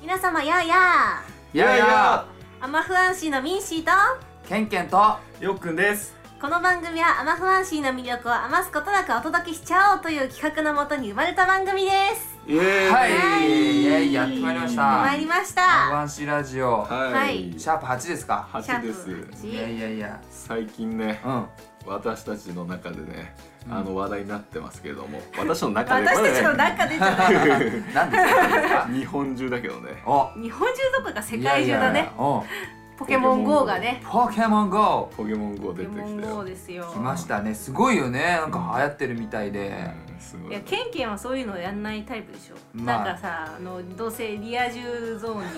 皆様やあやいやいやあアマフアンシーのミンシーとケンケンとよっくんですこの番組はアマフアンシーの魅力を余すことなくお届けしちゃおうという企画のもとに生まれた番組ですイエーイはいイエーイやってまいりまし参たりましワたンシラジオはい、はいシャープ8ですか初ですシいやャープいやいや最近ねうん私たちの中でね、うんあの話題になってますけれども私の中で私たちの中でじゃない何 ですか日本中だけどねお日本中どこか世界中だいやいやいねやおポケモン GO がねポケモン GO ポケモン GO ポ出ケてきたモよン GO ですよ来ましたねすごいよねなんか流行ってるみたいでうんすごいいやケンケンはそういうのやんないタイプでしょ、まあなんかさあのどうせリア充ゾーン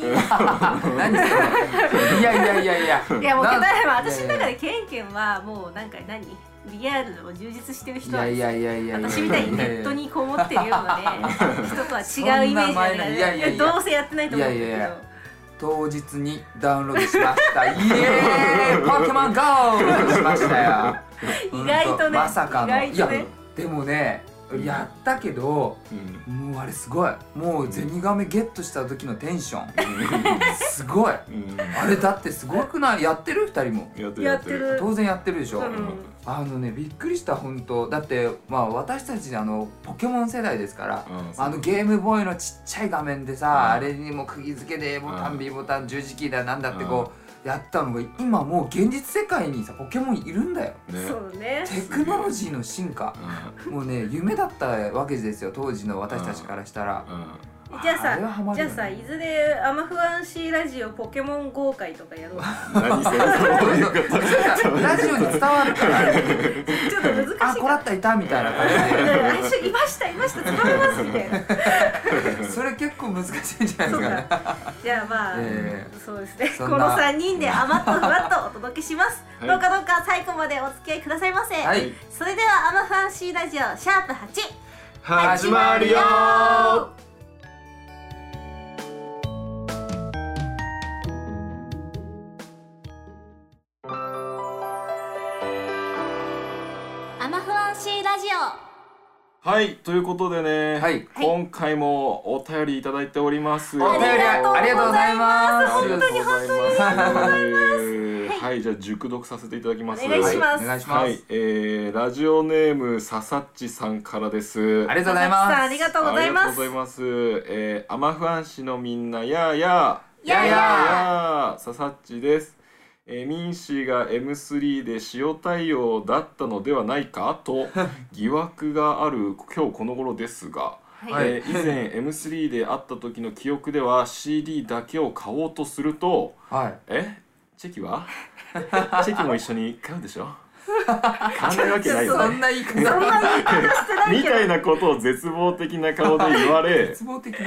に何それいやいやいやいやいやもうな答んえは私の中でケンケンはもうなんか何リアルを充実してる人いなやんでいすよやいやいや私みたいにネットにこもってるようなね人とは違うイメージそんな前ないでいやいやいやどうせやってないと思うんだけどいやいやいや当日にダウンロードしましたイエーイポケモン GO! しましたよ意外とねまさかの意外とねいやでもねうんやったけどうんもうあれすごいもうゼニガメゲットした時のテンションすごい うんあれだってすごくないやってる2人もやってるやってる当然やってるでしょ、うんあのねびっくりした本当だってまあ私たちあのポケモン世代ですからうんあのゲームボーイのちっちゃい画面でさ、んあれにも釘付けで A ボタン、うん B ボタン十字キーだなんだってこう、やったのが今もう現実世界にさポケモンいるんだよねそうねテクノロジーの進化もうね夢だったわけですよ当時の私たちからしたら、うんうんじゃああれはハさマるじゃよあねさいずれアマフアンシーラジオポケモン豪快とか やろう何それどういうこ とラジオに伝わるからちょっと難しいあこらったいたみたいな感じ来週いましたいました疲れますみ たいなでそれ結構難しいんじゃないでそすうかかねじゃあまあ、ええそうですねそこんのな3人で余っとふわっとお届けします、はいどうかどうか最後までお付き合いくださいませ、はいそれではアマファンシーラジオシャープ8 始まるよーアマフアンシーラジオはいということでね、はい今回もお便りいただいておりますお便りありがとうございますありがとうございますますはいじゃあ熟読させていただきますお願いしますお願いします、はい、えー、ラジオネームささっちさんからですありがとうございます佐々木さんありがとうございあまりがすとうございますえー、アマフアン市のみんなやーやーやーやーーささっちですえー、ミンシーが M3 で塩対応だったのではないか と疑惑がある今日この頃ですが、はいえー以前 M3 で会った時の記憶では CD だけを買おうとするとはいえチェキ はチェキも一緒に買うでしょ買わないわけないそよねんな言い方みたいなことを絶望的な顔で言われ絶望的な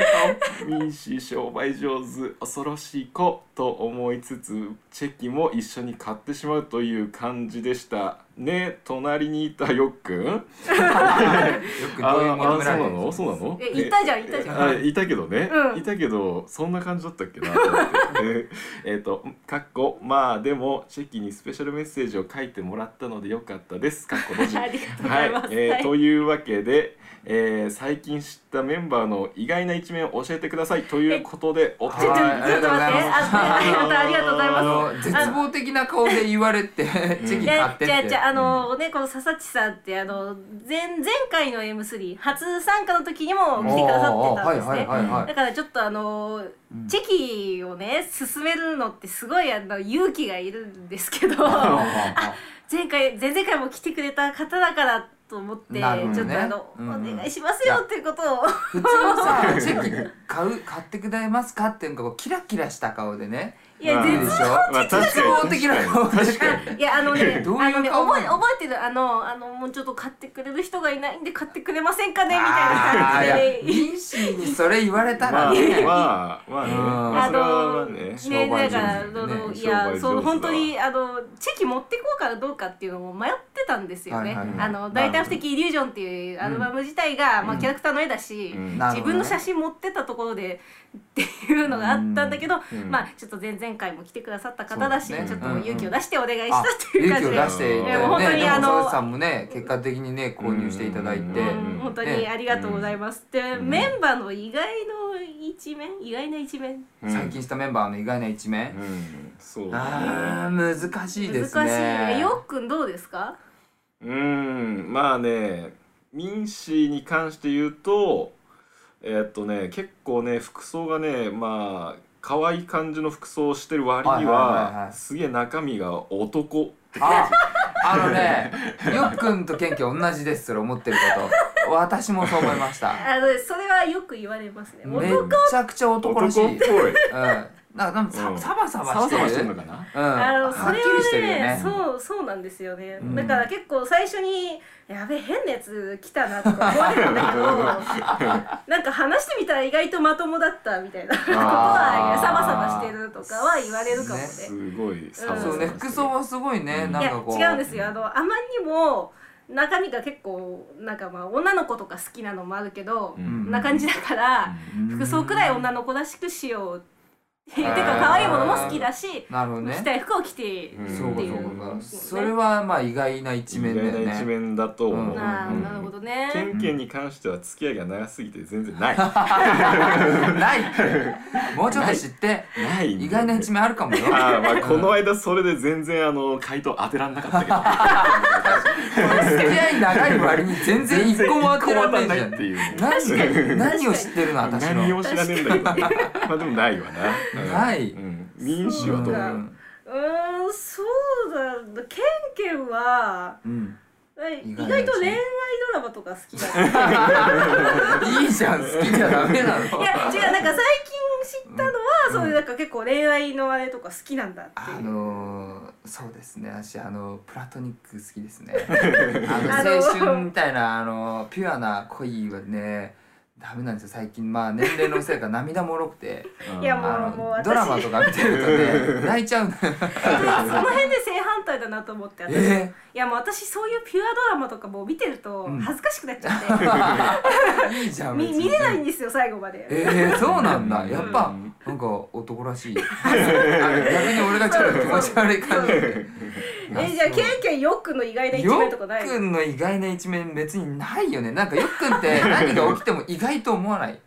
顔民主商売上手恐ろしい子と思いつつチェキも一緒に買ってしまうという感じでしたね隣にいたよっくんよくあどういうものあぐそらういなのそうなのえいたじゃんいたじゃんあいたけどね、うんいたけどそんな感じだったっけなと思って えっとかっこまあでもチェキにスペシャルメッセージを書いてもらったのでよかったですかっこ閉じありがとうございます はえーはいというわけで、えー最近知ったメンバーの意外な一面を教えてくださいということでおちょちょちょっとはい待って、あ、またありがとうございあまの絶望的な顔で言われてチェす。キい買やっ、てっじゃあ、てじゃあ、あのね、この佐々木さんって、あの、前、前回の M3、初参加の時にも来てくださってたんですおーおーねはい。はいはいはいだからちょっとあのチェキをね進めるのってすごいあの勇気がいるんですけどあ 前回前々回も来てくれた方だからと思って、なるほどねちょっとあの、うんうんお願いしますよっていうことを普通はさチェキ買う買ってくださいますかってなんかこうキラキラした顔でねいやうん絶望的まあ絶望的な顔で確かにいやあのねどういうあのね顔覚え覚えてるあのあのもうちょっと買ってくれる人がいないんで買ってくれませんかねみたいなあ感ーじでいや民主にそれ言われたまらあねまあま あね、うんまあ、それはまのあね商だ売上手からあねのい商売上手やだそう本当にあのチェキ持ってこうかどうかっていうのも迷ってたんですよね。はいはいはいあの大体不的イリュージョンっていうアルバム自体が、まあキャラクターの絵だし、うんな自るほどね分の写真持ってたところで っていうのがあったんだけど、うんまあちょっと前々回も来てくださった方だし、そうですちょねっと勇気を出してお願いしたあっていう感勇気じをで、出していたいやだ本い当てにねであもの佐々木さんもね結果的にね購入していただいて、うんうん本当にありがとうございます。で、んメンバーの意外の一面意外な一面うん最近したメンバーの意外な一面、うんそうだねあー難しいですね難しいよっくんどうですかうんまあね民氏に関して言うとえーっとね結構ね服装がねまあ可愛い感じの服装をしてる割には,、はいはいはいはいすげえ中身が男ってああのねよっくんとケンケ同じですそれ思ってること私もそう思いましたあのそれはよく言われますね。め男ちゃくちゃ男らしい男っうん ぽいなんかなんかサうんサバササババしてサるバしてるのかなうん、あのそはっれきりしてはるよねねそうそうなんですよね、うんだから結構最初に「やべえ変なやつ来たな」とか思われたんだけど なんか話してみたら意外とまともだったみたいなことはサバサバしてるとかは言われるかもね。ねすごいサバサバしてそうるね服装はすごいね、うんないんやかこう違うんですよあのあまりにも中身が結構なんかまあ女の子とか好きなのもあるけど、うこんんな感じだから、うん服装くらい女の子らしくしよう っていうてか可愛いものも好きだし、なるほどね着たい服を着てうんそうかっていそううか、うんそれはまあ意外な一面だよ意外な一ね面だと思う、うんあうんーなるほどね。ケンケンに関しては付き合いが長すぎて全然ない ないってもうちょっと知ってない意外な一面あるかもよ ああまあこの間それで全然あの回答当てらんなかった けど付き合い長い割に全然一個も当てられないじゃんっていうね何何を知ってるの私何のを知らねえんだけどね まあでもないわな、うんないうん、民主はどうそうかうーん、そうだな。ケンケンはうん、え意意外な外と恋愛ドラマとか好きだ ね。いいじゃん好きじゃダメないや違うなんのか最近知ったのは、そういうなんか結構恋愛のあれとか好きなんだっていう。あのー、そうですね私あのプラトニック好きですねああのの青春みたいなあのピュアな恋はねダメなんですよ最近まあ年齢のせいか涙もろ くてうんいやもうあの私ドラマとか見てるとね泣いちゃうの その辺で正反対だなと思って私、えいやもう私そういうピュアドラマとかもう見てるとうん恥ずかしくなっちゃって、ー、いいじ ゃんみ別に見れないんですよ最後まで。えー、そうなんだうんやっぱなんか男らしいあの逆に俺がちょっと気持ち悪い感じえじゃあケンケンヨックンの意外な一よ面っとかないくんの意外な一面別にないよねなんかよっくんって何が起きても意外と思わない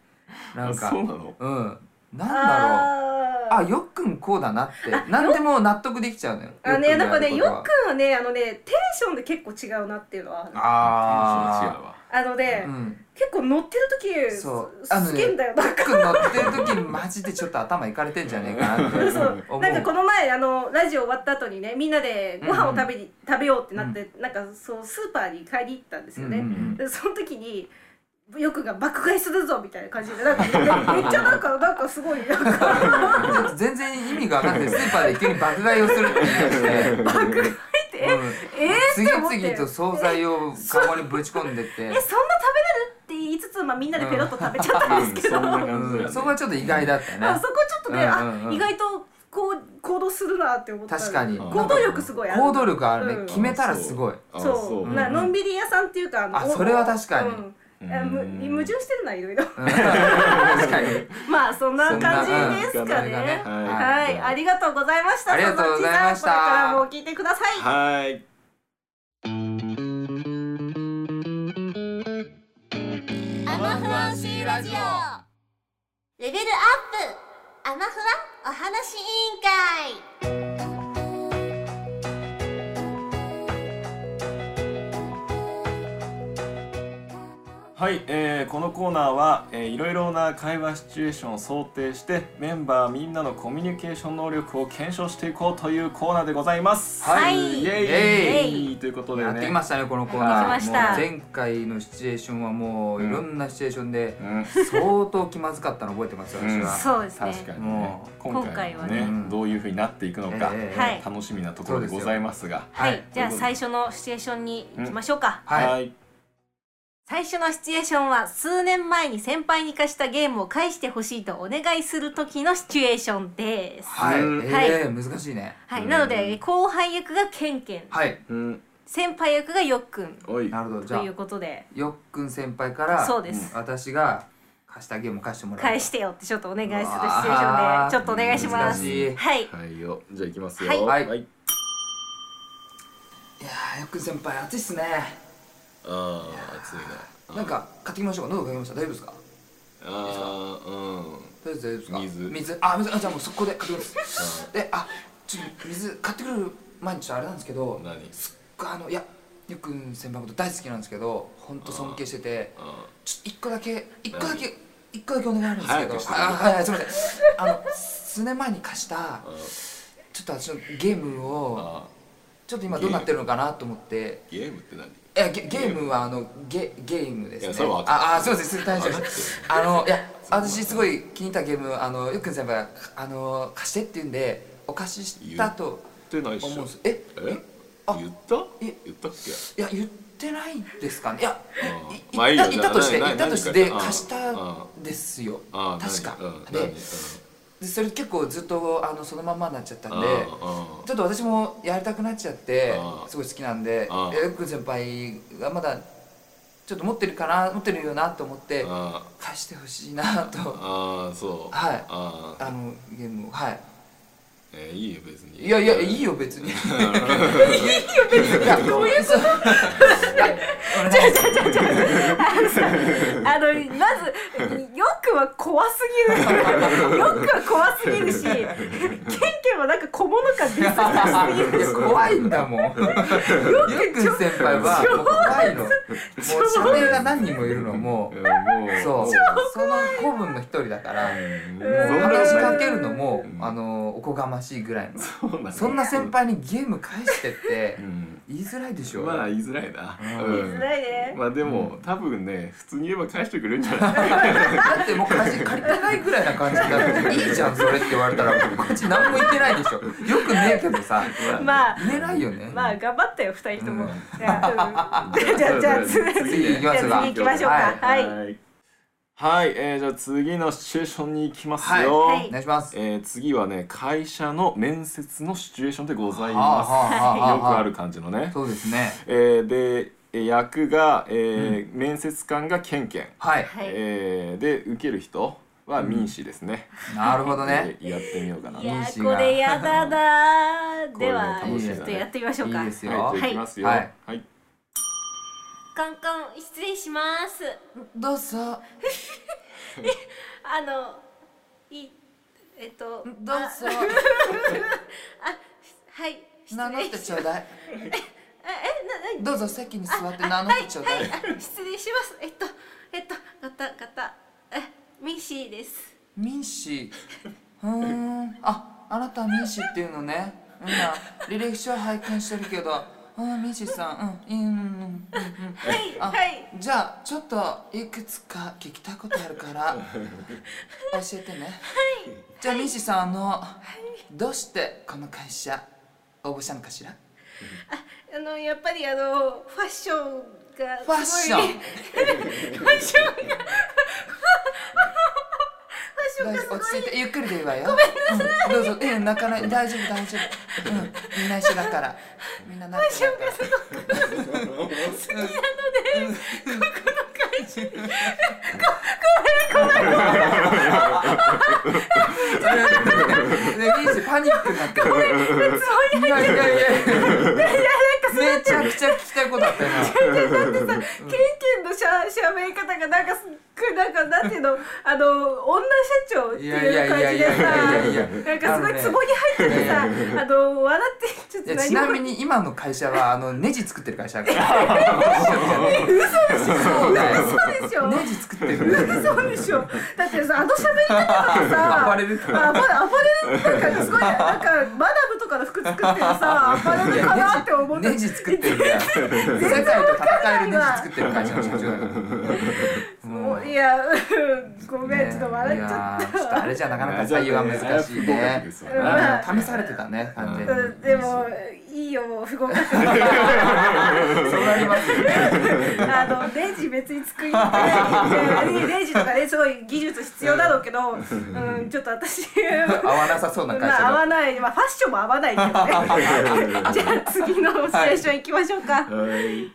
なんあかそうなのうんなんだろうああーよっくんこうだなって何でも納得できちゃうのよあのねよなっんくかんのやねるヨこックンはねあのねテンションで結構違うなっていうのはあるとはあ違うわあのね、ーうん結構乗ってる時そうあのねすげえんだよなんよっかくん乗ってる時マジでちょっと頭いかれてんじゃねえかなって そう思うなんかこの前あのラジオ終わった後にねみんなでご飯を食べに、食べようってなって、なんかそうスーパーに買いに行ったんですよね、うんうんでその時によくんが爆買いするぞみたいな感じで なんかめめっちゃなんかなんかすごいなんかちょっと全然意味が分かんないスーパーで急に爆買いをするって言い出して爆買いってえ、うんえー、って思って次々と惣菜をカゴにぶち込んでってえそんな食べれるって言いつつ、まあ、みんなでペロッと食べちゃったんですけど、うんそんな感じだうよんねそこはちょっと意外だったよあねそこちょっとね、うんうんうんあ意外とこう行動するなって思った確かに行動力すごいある行動力あるね、うん決めたらすごいあそうそうなのんびり屋さんっていうかのあそれは確かにうんうんあむ矛盾してるないろい ろうん 確かにまあそんな感じですそんなか感じねだねはいはいありがとうございましたありがとうございまし佐々木たさんこれからも聞いてくださいはいアマフランシーラジオレベルアップアマフラお話委員会はい、えーこのコーナーは、えーいろいろな会話シチュエーションを想定してメンバーみんなのコミュニケーション能力を検証していこうというコーナーでございます。はいイエーイイエということでやね。ってきまししたねこのコーナーやってきましたもう前回のシチュエーションはもういろんなシチュエーションでうん、相当気まずかったの覚えてますよ私は、そうですね確かにねもう。今今回回ははねねどういう風になっていくのか、ええはい楽しみなところでございますが。はいじゃあということで最初のシチュエーションに行きましょうかはい、い。最初のシチュエーションは数年前に先輩に貸したゲームを返してほしいとお願いする時のシチュエーションですはいうんえー難しいねはういんなので後輩役がケンケンはいうん。先輩役がよっくんおい。なるほどじとゃいうあことでよっくん先輩からそうです私が貸してあげようも貸してもらおう返してよってちょっとお願いするシチュエーショあンーでちょっとお願いしま難すしいはいはいよじゃあいきますはいよはいいやーよく先輩暑いっすねああ暑いななんか買ってきましょうか喉かけました大丈夫ですかああうん大丈夫です大丈夫ですか水水あ水あじゃあもうそこで買ってきますであちょっと水買ってくる前にちょっとあれなんですけど何すっごいあのいやゆっくん先輩のこと大好きなんですけど本当尊敬しててあちょっと一個だけ一個だけ一個だけお願いあるんですけど早くしてあはいはいすみませんあの数年前に貸したあちょっと私のゲームをあちょっと今どうなってるのかなと思ってゲームって何いやゲゲームはあのゲゲームですねいやそれは分かるああすいませんすいません大丈夫分かですあのいや私すごい気に入ったゲームあのよっくん先輩があの貸してって言うんでお貸ししたと言ってないっし思うんょですええあ言ったえ言ったっけいや言ってないですかねいやあーいまあいいよ言った言ったとしてな言ったとして何でか貸したうんんですよああ確か何うん何うでんでそれ結構ずっとあのそのまんまになっちゃったんであちょっと私もやりたくなっちゃってあすごい好きなんであよくん先輩がまだちょっと持ってるかな持ってるよなと思ってあ貸してほしいなとああそうはいあああのゲームをはいえーいいよ別にいやいやいいよ別 にいいよ別にいやどういうこと あのまずよくは怖すぎ るよくは怖すぎるしケンケンはなんか小物感出そうすぎるいや怖いんだもん。よくん先輩はもう怖いの。もう社名が何人もいるのもうんう。もうそう。その子分の一人だから。もううんもう話しかけるのもうんあのおこがましいぐらいの。そうなんだそんな先輩にゲーム返してってうん言いづらいでしょ。まあ言いづらいなうんうん辛いねまあでも多分ね普通に言えば返してくれるんじゃないだってもう貸し借りてないぐらいな感じだ っていいじゃんそれって言われたらこっち何も言ってないでしょ。よくねえけどさ。まあ言えないよね。まあ頑張ったよ二人とも、うんじゃあ、 うんじゃあじゃあ次次行きじゃまあすが次行きましょうかはい、はい、はいえーじゃあ次のシチュエーションに行きますはいよ、はいお願いします。えー次はね会社の面接のシチュエーションでございはあます、はあはあはあよくある感じのね、そうですね。えーでえー役が、えー面接官がケンケン、はい。はいえーで受ける人は民主ですね、なるほどね。えーやってみようかないや民主ーがこれやだなーこれでねは楽しちいねょっとやってみましょうかいいですよはい、じゃあいきますよははいい、はい、カンカン失礼しますどうぞ。あのいえっとどうあぞ。はい名失乗礼ってちょうだい。ええななどうぞ席に座って名乗ってちょうだい。あ失礼します。えっと、えっと、ガタガタ、え、ミッシーです。ミンシー。うーん。あ、あなたはミンシーっていうのね。うん。履歴書は拝見してるけど。うん、ミンシーさん。うん。いいうん。うんうん。うん。はい、あはい。じゃあ、ちょっといくつか聞きたいことあるから。教えてね。じゃあ、ミンシーさん、あの。どうしてこの会社。応募したのかしら。あの、やっぱりあの、ファッションがすフごい。ァッショフン。ァッションが。ファッション大が丈すご夫い落ち着いてゆっくりでいいわよごめんなさい、うん、どうぞええ泣かない大丈夫大丈夫、うん、みんな一緒だからみんな泣いてるからねミンシパニックになってるいやいやいやいやめちゃくちゃ聞きたいことあったよケンケンのしゃ、しゃべり方がなんかすっごい、なんか、なんていうの、あの、女社長っていやいいやういや感いじやいやいでやさ。なんかすごいツボに入っててさ、あの、笑って、ちょっいとや何ちもなみに今の会社はあのネジ作ってる会社だ から嘘でしょそうだよ嘘でしょ ネジ作ってるそうでしょだってさあの喋り方とか さ暴れるかあ暴れ暴れるなんかすごいなんかマダムとかの服作ってる さ暴れるかなって思っいやてネジネジ作ってるから世界と戦えるネジ作ってる会社の社長だからもういやうんごめん、ちょっと笑っちゃっいやーちょっとあれじゃなかなか採用は難しいいやねちょっとねあれは不合格ですうん試されてたね完全た、にうんでもいいよもう不合格そうなりますよねあのレジ別に 作りたいレジとかねすごい技術必要だろうけど、うん、ちょっと私合わなさそうな会社まあ合わだない、まあ、ファッションも合わないけど ねじゃあ次のシチュエーション行きましょうか、はい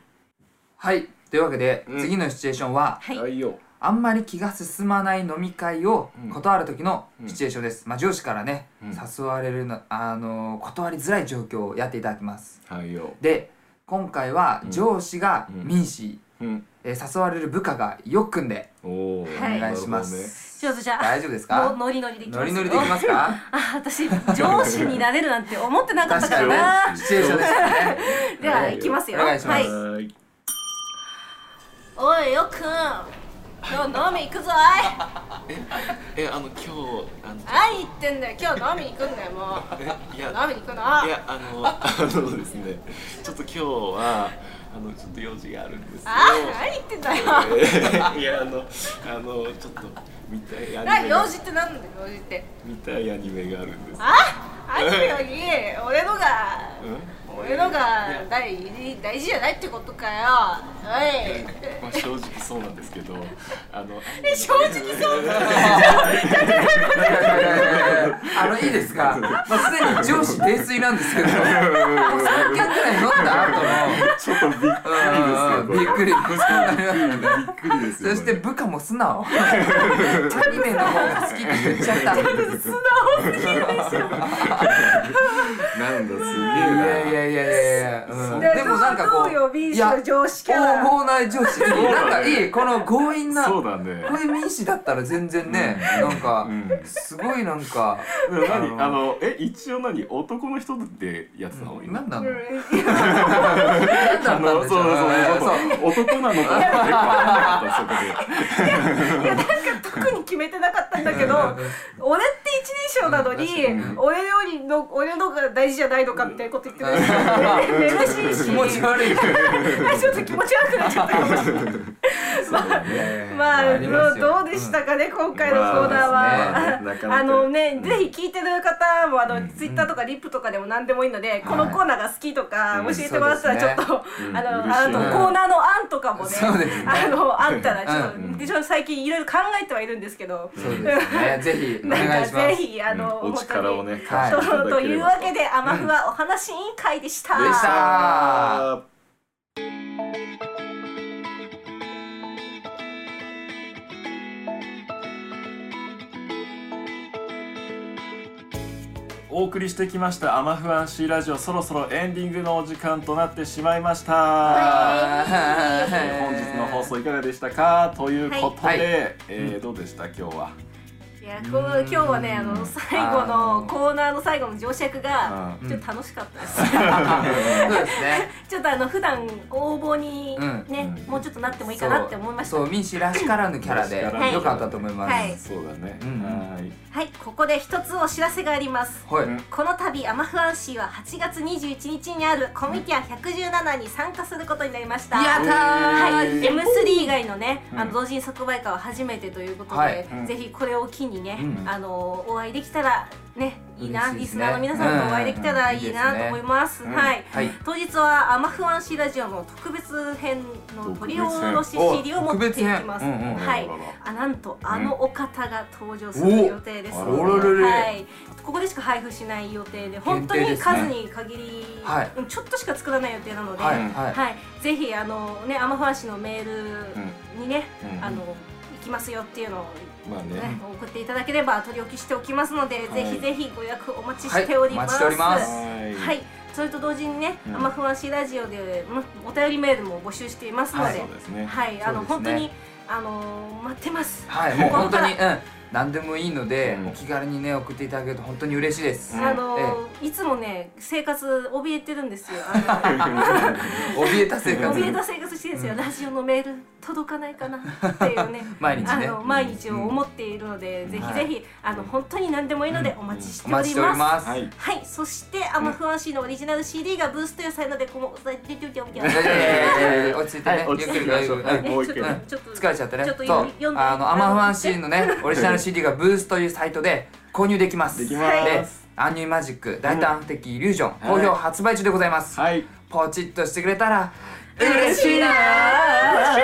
はいというわけでうん次のシチュエーションははいはいよあんまり気が進まない飲み会をうん断る時のうんシチュエーションです、まあ上司からね、うん誘われるのあの断りづらい状況をやっていただきますはいよ。で今回はうん上司がうん民事、うん。えー誘われる部下がよっくんでおお。はいお願いします、ちょっとじゃあ大丈夫ですのかノリノリでいきますノリノリでいきますか あ私上司になれるなんて思ってなかった確かかにらねなシチュエーションですよねじゃあ行きますよお願いしますははいい。、はいおいよっくん今日飲み行くぞおいえあの今日あの何言ってんだよ今日飲みに行くんだよもうえいや飲みに行くのいやあのあのですねちょっと今日はあのちょっと用事があるんですあ何言ってんだよけどいやあのあのちょっと見たいアニ何メ用が事って何なんだよ用事って見たいアニメがあるんですあアニメより俺のがう俺のが大事大事じゃないってことかよおいん、まあ、正直そうなんですけどあのえ正直そうあのいいですか、まあ、すでに上司泥酔なんですけどもう3軒ぐらい飲んだ後のちょっとびっうんびっくりくりですそよ。してこ部下も素直アニメの方が好きって言っちゃったれなんだすげえいな。やいやいやいやいや、うんででもなんかこどうよう民い主のや上司キャラ横暴な上司なんかいいこの強引なそうこだね。ういう民主だったら全然ね、なんかうんすごいなんか何あのえ一応何男の人ってやつなの？何なのうん何だあったんのでそうしょそううねそうそうそう男なのかなって分かんなかったそこで。いやなんか特に決めてなかったんだけど俺って一人称なのに、うん確かに俺よりの俺のが大事じゃないのかみたいなこと言ってくれてめ めしいし気持ち悪いよちょっと気持ち悪くなっちゃったかもしれないまあ、りどまうすよどうでしたかね、今回のコーナーは、まあねなかなかあのね、ぜひ聞いてる方もあの、ツイッターとかリップとかでも何でもいいので、このコーナーが好きとかはい教えてもらったらちょっと、うんあの、嬉あしいのねコーナーの案とかもねそうですねあのあったらちょっと、うんでちょっと最近いろいろ考えてはいるんですけど、そうですねぜひおなん願いかしますぜひあの、うんお力をね。はい本貸して当たにだとけいれうばわけで、アマフはお話委員会でした。でしたお送りしてきましたアマフアンシーラジオそろそろエンディングのお時間となってしまいました、本日の放送いかがでしたかということで、はいえーどうでした今日は、いやこの今日はねあの最後あののコーナーの最後の乗車役がうんちょっと楽しかったです、そうですねちょっとあの普段応募にうんね、うんもうちょっとなってもいいかなって思いましたそうそう民主らしからぬキャラでらしからぬ良かったと思いますはいそうだね、うんはーいはいここで一つお知らせがありますはい、うんこの度アマフアンシーは8月21日にあるコミティア117に参加することになりましたやったーはい、M3 以外のね、うんあの同人即売会は初めてということで、はいうんぜひこれを機にね、うんあのお会いできたらねいいな、嬉しいリでスすナねーの皆さんとお会いできたらうんいいなと思います、いいですねはい、はい当日はアマフアンシーラジオの特別編の取り下ろし CD を持っていきます、お特別編うんうんはいあらららあなんとあのお方が登場する予定ですおのあで、らららはい、ここでしか配布しない予定で本当限定にですね数に限り、はいうんちょっとしか作らない予定なので、はいはい、はい、ぜひあのねアマファン氏のメールにね、うんあの行きますよっていうのを、まあね、ね送っていただければ取り置きしておきますので、はいぜひぜひご予約お待ちはいしております。お待ちしておりますはいはいそれと同時にね、うんアマファン氏ラジオでうんお便りメールも募集していますので、ははいい、そうですね、あの、そう本で当すねにあの待ってます。はい、もう本当に、うん、何でもいいので、うんお気軽にね、送っていただけると本当に嬉しいです。あのいつもね生活怯えてるんですよ。 あ の怯えた生活。怯えた生活してるんですよ、ラジオのメール届かないかなっていうね 毎日ねあの毎日を思っているので、ぜひぜひ、あの本当に何でもいいのでお待ちしておおります,、待ちしております。はいはいそして「アマフアンシー」のオリジナル CD がブースというサイトでこの出てておきいやいやいやいや落ち着いてはね、い落ち着いていきゆっまくりしょうゆっくはいり もう一え回ちょっと疲れちゃったね。ちょっとそ読うみ読んであのアマフアンシーのね、 オリジナル CD がブースというサイトで購入できます。できでます、アンニュイマジック大胆的イリュージョン、うん好評発売中でございます。はいポチッとしてくれたら嬉しいな。はい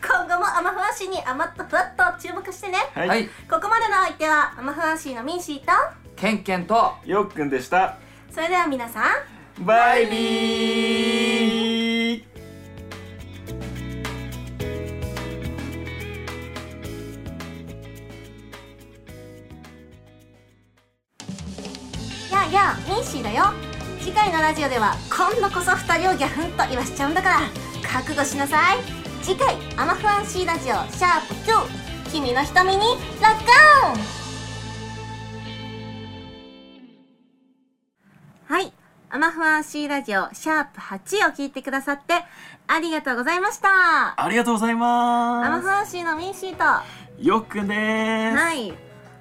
今後もアマフアンシーに余ったふわっと注目してねはい、はい、ここまでのお相手はアマフアンシーのミンシーとケンケンと。よっくんでしたそれでは皆さんバイビーあやあミンシーだよ次回のラジオでは今度こそ二人をギャフンと言わしちゃうんだから覚悟しなさい次回「アマフアンシーラジオシャープ #2」君の瞳にロックオンはい「アマフアンシーラジオシャープ #8」を聞いてくださってありがとうございましたありがとうございアマまフアンシーのミンシーとはすよくでーす、い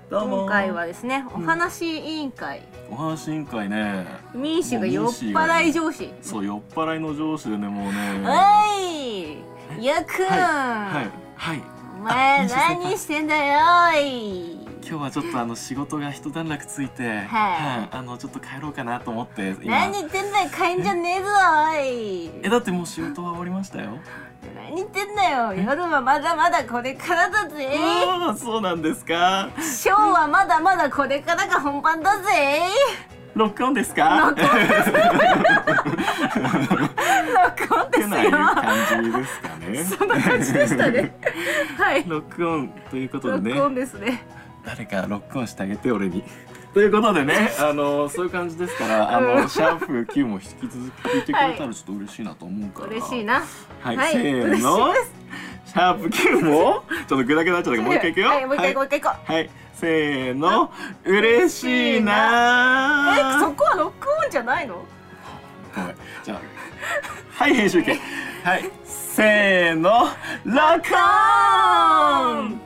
どうも今回はですねお話委員会、お話委員会ね民主が酔っ払い上司そう酔っ払いの上司でねもうねおはいゆうくん、いはいお前あ先輩何してんだよおい今日はちょっとあの仕事が一段落ついて、はいあのちょっと帰ろうかなと思って今何言ってんだよ帰んじゃねえぞおいえだってもう仕事は終わりましたよ何言ってんだよ夜はまだまだこれからだぜああそうなんですかショーはまだまだこれからが本番だぜロックオンですかロック録 音ですないよ感じですかねそんな感じでしたねはいロックオンということでね録音ですね誰かロックオンしてあげて俺にということでねあのそういう感じですからあのシャープ Q も引き続き聞いてくれたらちょっと嬉しいなと思うから嬉しいなはい、はいせー嬉のしいシャープ Q もちょっとグダグダになっちゃったからもう一回いくよはいもう一回もう一回行こうはい、せーの、嬉しいなえー。そこはロックオンじゃないのごめんじゃあ、はい、編集権。はい、せーの、ロックオン。